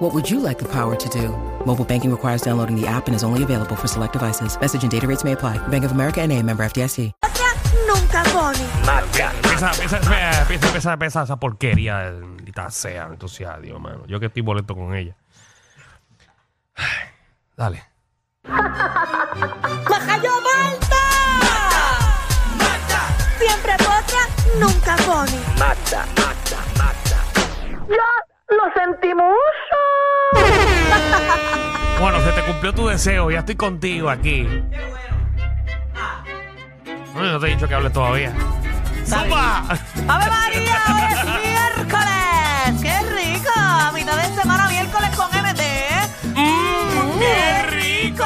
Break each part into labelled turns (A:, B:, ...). A: What would you like the power to do? Mobile banking requires downloading the app and is only available for select devices. Message and data rates may apply. Bank of America and a member FDIC.
B: nunca pone.
C: Pesa, pesa, pesa, pesa, pesa, pesa esa porquería maldita sea. Entonces, adiós, mano. Yo que estoy boleto con ella. Ay, Dale.
B: ¡Majayo Malta! Siempre potra, nunca pone.
C: Bueno, se te cumplió tu deseo. Ya estoy contigo aquí. No, yo no te he dicho que hable todavía. ¡Sopa!
D: ¡Ave María! ¡Hoy es miércoles! ¡Qué rico! A mitad de semana, miércoles con MT.
C: ¡Qué rico!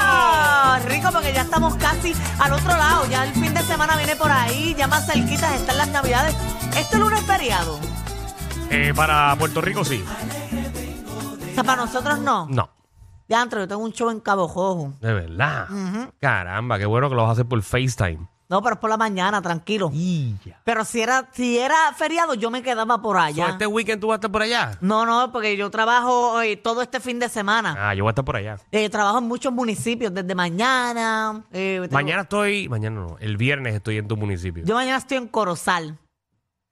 D: Rico porque ya estamos casi al otro lado. Ya el fin de semana viene por ahí. Ya más cerquitas están las navidades. Este lunes es feriado.
C: Eh, para Puerto Rico, sí.
D: O sea, para nosotros no.
C: No,
D: Ya, Andro, yo tengo un show en Cabo Jojo.
C: de verdad. Caramba, qué bueno que lo vas a hacer por FaceTime.
D: No, pero es por la mañana, tranquilo.
C: Y
D: Pero si era, si era feriado, yo me quedaba por allá.
C: ¿Este weekend tú vas a estar por allá?
D: No, no, porque yo trabajo eh, todo este fin de semana.
C: Ah, yo voy a estar por allá.
D: Eh, trabajo en muchos municipios, desde mañana. eh, tengo-
C: Mañana estoy, mañana no, el viernes estoy en tu municipio.
D: Yo mañana estoy en Corozal.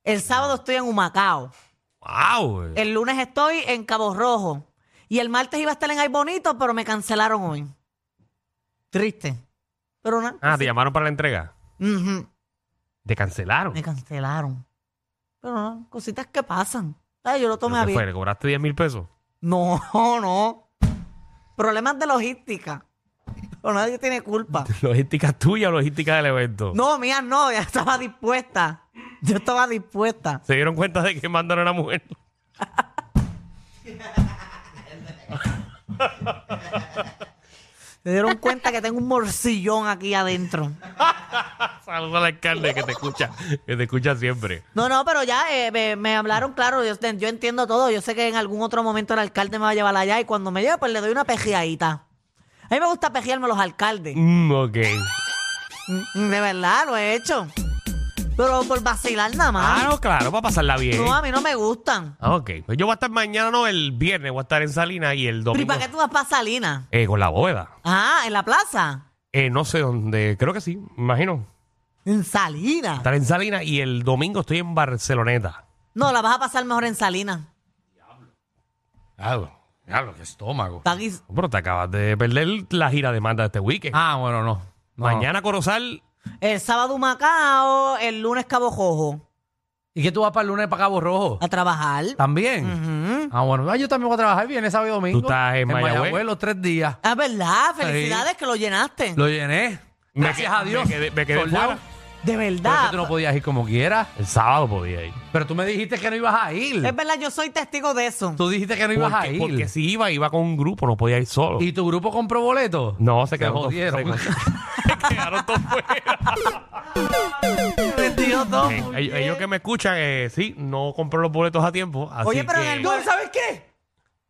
D: El sábado estoy en Humacao.
C: ¡Wow!
D: El lunes estoy en Cabo Rojo. Y el martes iba a estar en Ay Bonito, pero me cancelaron hoy. Triste. Pero nada.
C: Ah, te llamaron para la entrega.
D: Ujú,
C: Te cancelaron.
D: Me cancelaron. Pero nada, cositas que pasan. Ay, yo lo
C: ¿Pero
D: tomé a
C: qué fue?
D: bien.
C: ¿Le cobraste 10 mil pesos?
D: No, no. Problemas de logística. Pero nadie tiene culpa.
C: ¿Logística tuya o logística del evento?
D: No, mía, no. Ya estaba dispuesta. Yo estaba dispuesta.
C: ¿Se dieron cuenta de que mandaron a la mujer?
D: Se dieron cuenta que tengo un morcillón aquí adentro.
C: Saludos al alcalde que te escucha, que te escucha siempre.
D: No, no, pero ya eh, me, me hablaron, claro, yo, yo entiendo todo. Yo sé que en algún otro momento el alcalde me va a llevar allá y cuando me lleve, pues le doy una pejeadita. A mí me gusta pejearme los alcaldes.
C: Mm, ok.
D: Mm, De verdad, lo he hecho. Pero por vacilar nada
C: Ah,
D: más.
C: no, claro, para pasarla bien.
D: No, ah. a mí no me gustan.
C: Ah, ok. Pues yo voy a estar mañana, no, el viernes voy a estar en Salinas y el
D: Pero ¿y
C: domingo.
D: para qué tú vas para Salinas?
C: Eh, con la bóveda.
D: Ah, en la plaza.
C: Eh, no sé dónde, creo que sí, me imagino.
D: En Salinas.
C: Estar en Salinas y el domingo estoy en Barceloneta.
D: No, la vas a pasar mejor en Salinas.
E: Diablo, diablo, qué estómago.
D: Está aquí-
C: Pero te acabas de perder la gira de manda de este weekend.
E: Ah, bueno, no. no.
C: Mañana Corozal
D: El sábado Macao, el lunes Cabo Jojo.
E: ¿Y qué tú vas para el lunes para Cabo Rojo?
D: A trabajar.
E: ¿También? Ah, bueno, ah, yo también voy a trabajar bien sábado y domingo.
C: ¿Tú estás en Mayagüez?
E: los tres días.
D: Ah, verdad, felicidades que lo llenaste.
E: Lo llené.
C: Me
E: Gracias
C: que-
E: a Dios.
C: me quedé- me quedé
E: Soldado.
C: fuera.
D: de
E: Pero es que
D: verdad.
E: tú no podías ir como quieras.
C: el sábado podía ir.
E: Pero tú me dijiste que no ibas a ir.
D: Es verdad, yo soy testigo de eso.
E: Tú dijiste que no ibas a
C: Eh, Porque,
E: ir.
C: porque si iba, iba con un grupo, no podía ir solo.
E: ¿Y tu grupo compró boletos?
C: no, se quedó
E: quedó jodieron.
C: Se, se quedaron todos fuera.
E: Bendito todo.
C: Eh, ellos, ellos que me escuchan, eh, sí, no compró los boletos a tiempo. así
D: Oye, pero en
C: que-
D: el
E: No, ¿sabes qué?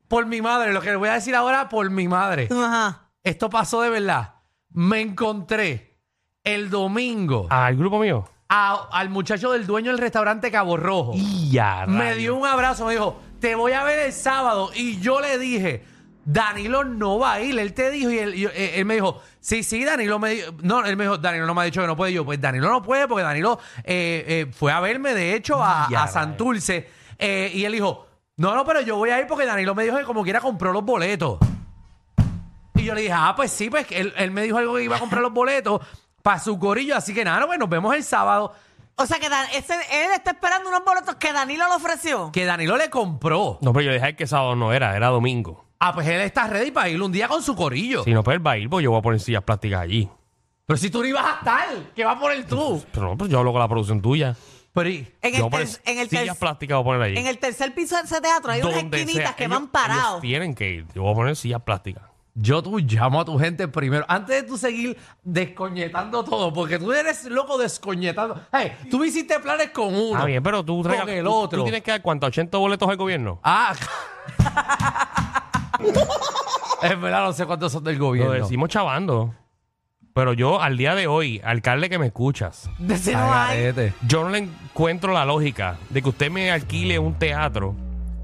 E: Por mi madre, lo que le voy a decir ahora, por mi madre.
D: Ajá.
E: Esto pasó de verdad. Me encontré el domingo
C: al grupo mío.
E: a- al muchacho del dueño del restaurante Cabo Rojo.
C: Y ya,
E: Oh. Me
C: rayos.
E: dio un abrazo, me dijo, te voy a ver el sábado. Y yo le dije, Danilo no va a ir. Él te dijo y él, y- eh, él me dijo, sí, sí, Danilo me dijo, no, él me dijo, Danilo no me ha dicho que no puede. Y yo, pues Danilo no puede porque Danilo eh, eh, fue a verme, de hecho, a,
C: Ya,
E: a Santurce. Eh, y él dijo, no, no, pero yo voy a ir porque Danilo me dijo que como quiera compró los boletos. Y yo le dije, ah, pues sí, pues él, él me dijo algo que iba a comprar los boletos para su corillo. Así que nada, no, pues nos vemos el sábado.
D: O sea que Dan- ese- él está esperando unos boletos que Danilo le ofreció.
E: Que Danilo le compró.
C: No, pero yo dije que sábado no era, era domingo.
E: Ah, pues él está ready para ir un día con su corillo.
C: Si no, pues él va a ir, pues yo voy a poner sillas plásticas allí.
E: Pero si tú no ibas a estar, ¿qué va a poner tú?
C: Pero no, pues yo hablo con la producción tuya.
E: Pero y-
D: En
C: yo
D: el,
C: voy a poner
D: ter- en, el
C: sillas
D: ter-
C: plásticas voy a poner allí.
D: en el tercer piso de ese teatro hay unas
C: Donde
D: esquinitas
C: sea,
D: que
C: ellos-
D: van parados.
C: ellos tienen que ir. Yo voy a poner sillas plásticas.
E: yo tú llamo a tu gente primero. Antes de tú seguir descoñetando todo, porque tú eres loco descoñetando. Hey, tú me hiciste planes con uno.
C: Está bien, pero tú,
E: Con
C: rega-
E: el
C: tú-
E: otro.
C: tú tienes que dar cuánto, 80 boletos al gobierno.
E: Ah. es verdad, no sé cuántos son del
C: Lo
E: gobierno.
C: decimos chavando. Pero yo, al día de hoy, alcalde que me escuchas,
E: De si no
D: Ay,
E: hay.
C: yo no le encuentro la lógica de que usted me alquile un teatro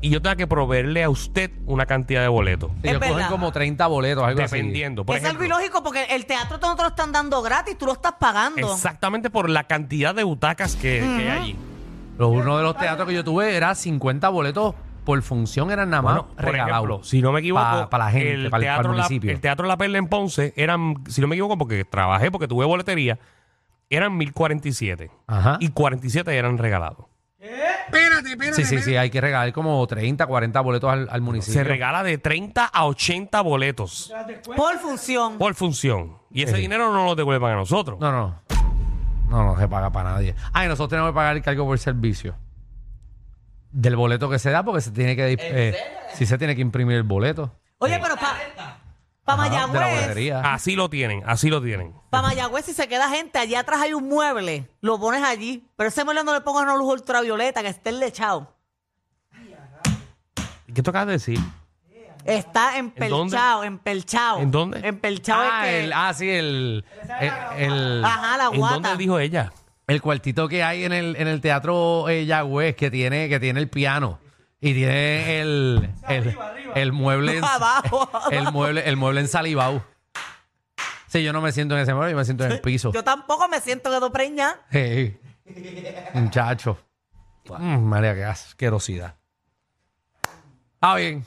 C: y yo tenga que proveerle a usted una cantidad de boletos.
E: Ellos
D: verdad.
E: cogen como 30 boletos, algo así.
C: Dependiendo. Por
D: es
C: ejemplo,
D: algo ilógico porque el teatro no te lo están dando gratis, tú lo estás pagando.
C: Exactamente por la cantidad de butacas que, que hay allí.
E: Lo- Uno de los teatros que yo tuve era 50 boletos por función, eran nada más
C: Bueno, por ejemplo,
E: regalados.
C: si no me equivoco,
E: Para la gente,
C: el,
E: para el,
C: teatro La-
E: municipio.
C: el Teatro La Perla en Ponce eran, si no me equivoco, porque trabajé, porque tuve boletería, eran 1047.
E: Ajá.
C: Y 47 eran regalados.
E: sí, sí, sí, hay que regalar como 30, 40 boletos al, al municipio.
C: Se regala de 30 a 80 boletos
D: Por función.
C: por función. Y ese dinero no lo devuelvan a nosotros.
E: No, no. No, no se paga para nadie. Ay, nosotros tenemos que pagar el cargo por servicio. Del boleto que se da, porque se tiene que. Eh, sí, se tiene que imprimir el boleto.
D: Oye, pero para pa
E: Ajá, de la
D: Mayagüez,
E: boletería.
C: Así lo tienen, así lo tienen.
D: para Mayagüez, si se queda gente, allá atrás hay un mueble, lo pones allí. Pero ese mueble no le pongas una luz ultravioleta, que esté lechado.
C: ¿Qué tocas decir?
D: Está empelchado, empelchado.
C: ¿En dónde?
D: Empelchado es
E: Ah,
D: que-
E: el- ah, sí, el. el, el-
D: Ajá, este. la
C: ¿En
D: guata.
C: dónde dijo ella?
E: el cuartito que hay en el, en el teatro eh, Yagüez que tiene, que tiene el piano. Y tiene el, el, el mueble en-
D: Abajo,
E: el mueble, el mueble ensalivado. Sí, yo no me siento en ese mueble, yo me siento en el piso.
D: Yo tampoco me siento que preña.
E: Hey, muchacho. Mm, María, qué asquerosidad. Ah, bien.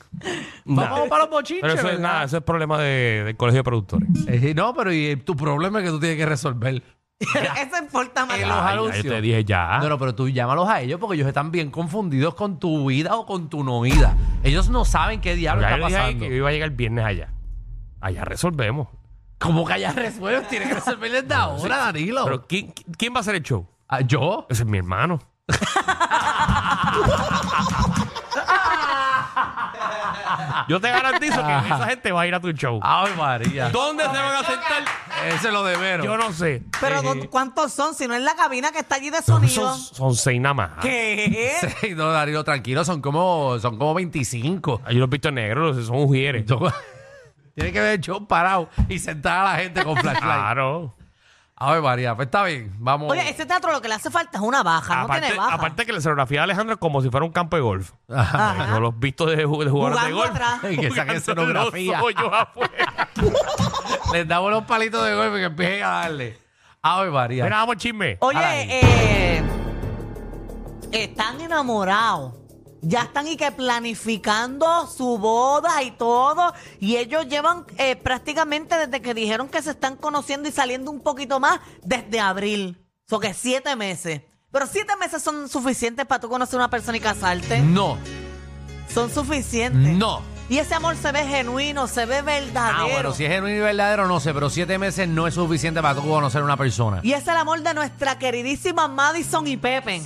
E: Vamos
C: Nah.
E: para los bochinches.
C: Pero eso es
E: ¿verdad?
C: nada, eso es problema de- del colegio de productores.
E: Eh, no, pero y, eh, tu problema es que tú tienes que resolver.
D: Eso importa más.
E: En
C: Ay,
E: los
C: ay,
E: anuncios.
C: yo te dije ya.
E: No, no, pero tú llámalos a ellos porque ellos están bien confundidos con tu vida o con tu no vida. Ellos no saben qué diablo
C: Ya
E: está
C: yo dije ahí
E: pasando.
C: que yo iba a llegar el viernes allá. Allá resolvemos.
E: ¿Cómo que hayas resuelto? Tienes que resolver desde ahora, Danilo.
C: Pero ¿quién, ¿quién va a hacer el show?
E: Ah, ¿Yo?
C: Ese es mi hermano. yo te garantizo que esa gente va a ir a tu show.
E: Ay, María.
C: ¿Dónde se van a sentar?
E: Ese es lo de veros.
C: Yo no sé.
D: Pero ¿dó- ¿cuántos son? Si no es la cabina que está allí de
C: Son,
D: sonido.
C: son seis nada más.
D: ¿Qué?
E: Sí, no, Danilo, tranquilo, son como, son como 25.
C: Hay unos vistos negros, son ujieres.
E: Yo- Tiene que ver el show parado y sentar a la gente con flashlight.
C: Claro.
E: A ver, María, pues está bien. Vamos.
D: Oye, ese teatro lo que le hace falta es una baja, no
C: aparte,
D: tiene baja.
C: aparte que la escenografía de Alejandro es como si fuera un campo de golf.
D: Ajá.
C: Yo los vistos de, ju- de jugadores de
D: Jugando
C: golf.
D: atrás.
E: Que saquen
C: jugando en los
E: escenografía.
C: hoyos afuera.
E: Les damos los palitos de golpe que empiecen a darle. A ver, María.
C: Mira, vamos chisme.
E: Ahora sí.
D: Oye, eh, están enamorados. Ya están y que planificando su boda y todo. Y ellos llevan eh, prácticamente desde que dijeron que se están conociendo y saliendo un poquito más desde abril. O sea, que siete meses. Pero siete meses son suficientes para tú conocer a una persona y casarte.
E: No,
D: Son suficientes.
E: no.
D: Y ese amor se ve genuino, se ve verdadero.
E: Ah, bueno, si es genuino y verdadero, no sé, pero siete meses no es suficiente para tú conocer a una persona.
D: Y es el amor de nuestra queridísima Madison y Pepe.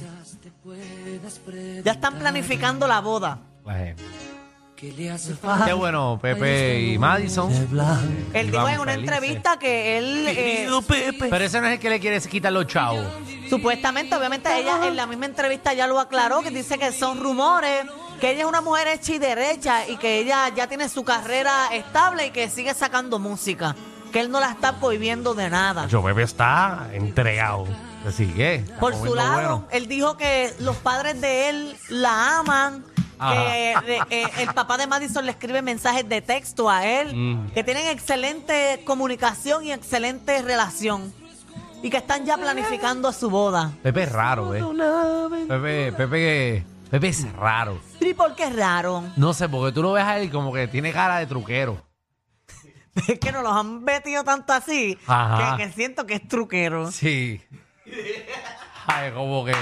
D: Ya están planificando la boda.
E: La gente. Qué bueno, Pepe y Madison.
D: Él
E: Y
D: dijo
E: vamos
D: en una
E: felices.
D: entrevista que él, eh,
E: Pero ese no es el que le quiere quitar los chavos.
D: supuestamente, obviamente ella en la misma entrevista ya lo aclaró, que dice que son rumores, que ella es una mujer hecha y derecha y que ella ya tiene su carrera estable y que sigue sacando música, que él no la está prohibiendo de nada.
C: Yo, bebé, está entregado.
E: Así que. está
D: Por su
E: comiendo
D: lado,
E: bueno.
D: él dijo que los padres de él la aman.
E: Ajá.
D: Que eh, eh, el papá de Madison le escribe mensajes de texto a él,
E: Mm.
D: que tienen excelente comunicación y excelente relación, y que están ya planificando su boda.
E: Pepe es raro, ¿eh? Pepe, Pepe, Pepe es raro.
D: ¿Y por qué es raro?
E: No sé, porque tú lo ves a él como que tiene cara de truquero.
D: Es que nos los han metido tanto así
E: Ajá.
D: que, que siento que es truquero.
E: Sí. Ay, como que.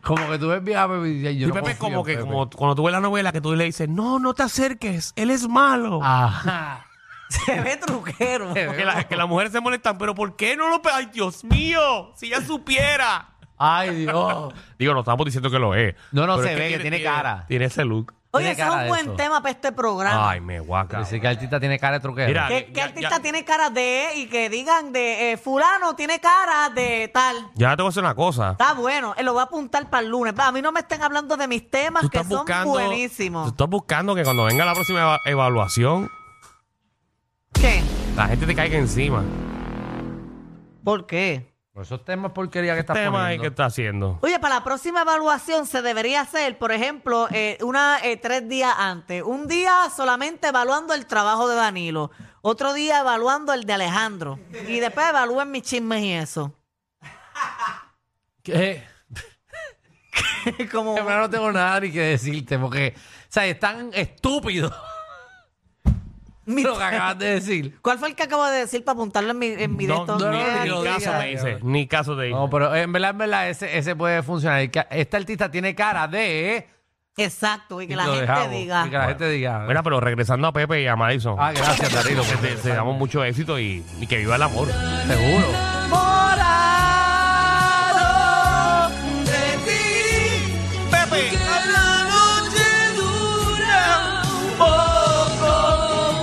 E: Como que tú ves bien a Pepe y dices, yo
C: Y
E: no
C: Pepe es
E: confío
C: como
E: en
C: que
E: Pepe.
C: como cuando tú ves la novela que tú le dices, no, no te acerques, él es malo.
E: Ah. Ajá.
D: Se ve truquero.
C: Que, la- que las mujeres se molestan, pero ¿por qué no lo... pe- ¡Ay, Dios mío! Si ya supiera.
E: Ay, Dios.
C: Digo, no estamos diciendo que lo es.
E: No, no,
C: Pero
E: se
C: es
E: ve que tiene cara.
C: Tiene ese look.
D: Oye, ese
E: Tiene
D: es
E: cara
D: un
E: de
D: buen
E: eso.
D: tema para este programa.
C: Ay, me guaca.
E: Dice que el artista tiene cara de truquero.
C: Mira,
D: ¿Qué, qué
C: ya-
D: artista
C: ya-
D: tiene cara de y que digan de eh, fulano tiene cara de tal?
C: Ya te voy a hacer una cosa.
D: Está bueno, eh, lo voy a apuntar para el lunes. A mí no me estén hablando de mis temas
C: Tú
D: que
C: estás
D: son
C: buscando. Tú
D: buenísimos.
C: estás buscando que cuando venga la próxima eva- evaluación,
D: ¿Qué?
C: la gente te caiga encima.
D: ¿Por qué?
E: Por Pues esos temas porquería que estás
C: tema es
E: poniendo.
C: que está haciendo?
D: Oye, para la próxima evaluación se debería hacer, por ejemplo, eh, una eh, tres días antes. Un día solamente evaluando el trabajo de Danilo, otro día evaluando el de Alejandro y después evalúen mis chismes y eso.
E: ¿Qué?
D: Como
E: En verdad no tengo nada ni que decirte porque, o sea, es tan estúpido
D: mi-
E: lo que acabas de decir.
D: ¿Cuál fue el que acabo de decir para apuntarlo en mi, en mi de
C: No,
D: estos?
E: no, no,
D: Ay,
C: ni,
E: lo
C: ni caso
E: digas.
C: te dice. Ni caso te dice.
E: No, pero en verdad, en verdad, ese, ese puede funcionar. Y que Este artista tiene cara de...
D: Exacto, y que
E: y
D: la
E: lo
D: gente
E: dejamos.
D: diga.
E: Y que la gente diga.
C: Mira, pero regresando a Pepe y a Madison.
E: Ah, gracias, Danilo.
C: que te, te damos mucho éxito y, y que viva el amor.
E: Seguro.
F: Morado de ti, Pepe. Que la noche dura un poco.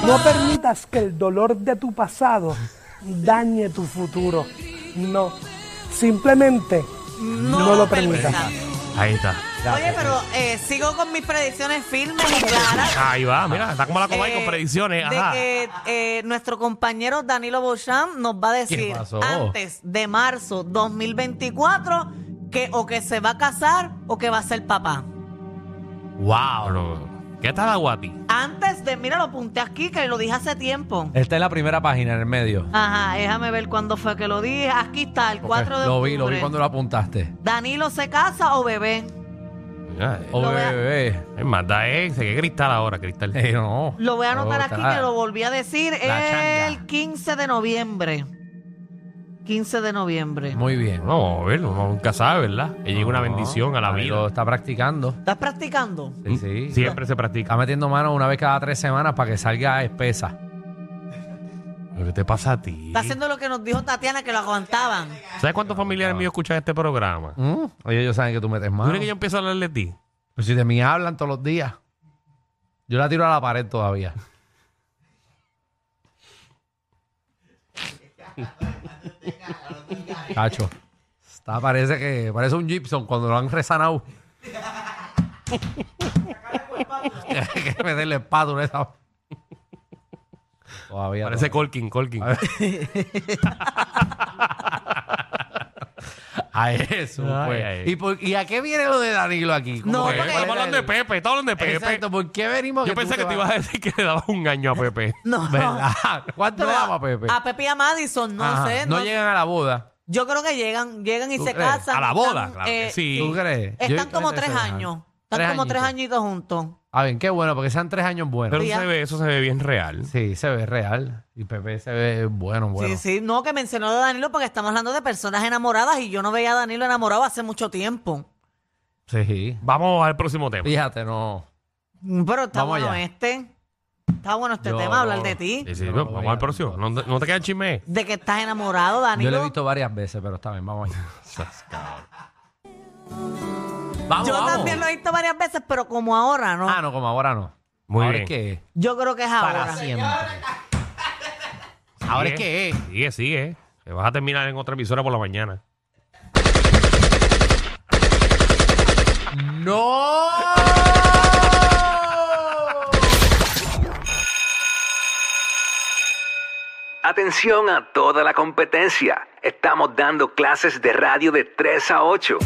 G: No permitas que el dolor de tu pasado dañe tu futuro. No. Simplemente no, lo permitas.
C: Ahí está.
D: Oye, pero eh, sigo con mis predicciones firmes y claras.
C: Ahí va, mira, está como la cobay
D: Eh,
C: con predicciones.
D: De
C: Ajá.
D: que eh, nuestro compañero Danilo Beauchamp nos va a decir
E: ¿Qué pasó?
D: antes de marzo 2024 que o que se va a casar o que va a ser papá.
C: Wow. ¿Qué tal Aguati?
D: Antes de, mira, lo apunté aquí que lo dije hace tiempo.
E: Esta es la primera página en el medio.
D: Ajá, déjame ver cuándo fue que lo dije. Aquí está, el 4 de
E: Lo
D: octubre.
E: vi, lo vi cuando lo apuntaste.
D: Danilo se casa o bebé.
E: Oh,
D: Lo voy a-
E: bebé.
C: Es más, da ex, que cristal ahora, cristal.
E: Eh, no.
D: Lo voy a anotar
E: Oh,
D: aquí
E: está.
D: que lo volví a decir
E: La
D: el
E: changa.
D: 15 de noviembre. 15 de noviembre.
E: Muy bien.
C: No, vamos a ver, uno nunca sabe, ¿verdad? Que llega una
E: No,
C: bendición a la
E: ahí
C: vida. ¿Mm?
E: Lo está practicando.
D: ¿Estás practicando?
E: Sí, sí.
C: Siempre se practica.
E: Está metiendo mano una vez cada tres semanas para que salga espesa. Ah.
C: ¿Pero ¿Qué te pasa a ti?
D: Está haciendo lo que nos dijo Tatiana que lo aguantaban.
C: ¿Sabes cuántos familiares míos escuchan este programa? ¿Tú
E: Mm, Oye, ellos saben que tú metes mano.
C: crees que yo empiezo a hablar de ti?
E: Pues si de mí hablan todos los días. Yo la tiro a la pared todavía. Cacho. Está, parece que parece un Gibson cuando lo han resanado. Hay que meterle espátula a esa. Todavía.
C: Parece Colkin,
E: todavía.
C: Colkin.
E: A eso,
C: Ay,
E: pues.
C: ay.
E: ¿Y, por- y a qué viene lo de Danilo aquí? ¿Cómo
D: No,
E: que-
C: Porque
E: cuál
C: Estamos
E: es
C: hablando de
E: el-
C: Pepe, estamos hablando de Pepe.
E: Exacto, ¿por qué venimos?
C: Yo
E: tú
C: pensé que te ibas
E: vas-
C: a decir que le dabas un año a Pepe.
D: No.
E: ¿Verdad? ¿Cuánto le damos a Pepe?
D: A Pepe y a Madison, Ah, no
E: Ajá.
D: sé.
E: No,
D: no-
E: llegan a la boda.
D: Yo creo que llegan, llegan y
E: ¿Tú
D: se
E: crees?
D: casan.
C: A la
D: están,
C: boda, claro que
D: eh,
C: sí.
E: ¿Tú crees? Yo
D: Están
E: creo
D: como
E: que
D: tres
E: se dejan.
D: años. Están como tres
E: añitos.
D: añitos juntos.
E: Ah, bien, qué bueno, porque sean tres años buenos.
C: Pero eso se ve, eso se ve bien real.
E: Sí, se ve real. Y Pepe se ve bueno, bueno.
D: Sí, sí. No, que mencionó de Danilo porque estamos hablando de personas enamoradas y yo no veía a Danilo enamorado hace mucho tiempo.
E: sí.
C: Vamos al próximo tema.
E: Fíjate, no.
D: Pero está
E: Vamos
D: bueno
E: allá.
D: este. Está bueno este
E: Yo
D: tema, hablar
E: no-
D: de ti.
C: Sí, sí,
E: No,
C: no,
E: no,
C: vamos
E: ya.
C: al próximo. No, te- no te quedan chismes.
D: De que estás enamorado, Danilo.
E: Yo lo he visto varias veces, pero está bien, vamos allá. vamos,
D: Yo
E: vamos.
D: también lo he visto varias veces, pero como ahora, ¿no?
E: Ah, no, como ahora no.
C: Muy
E: ahora
C: bien.
E: es que es.
D: Yo creo que es
E: Para
D: ahora.
E: siempre. Ahora es que es.
C: Sigue, sigue. Te vas a terminar en otra emisora por la mañana.
E: ¡No!
H: Atención a toda la competencia. Estamos dando clases de radio de 3 a 8.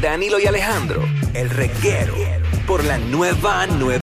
H: Danilo y Alejandro, el reguero, por la nueva nueva.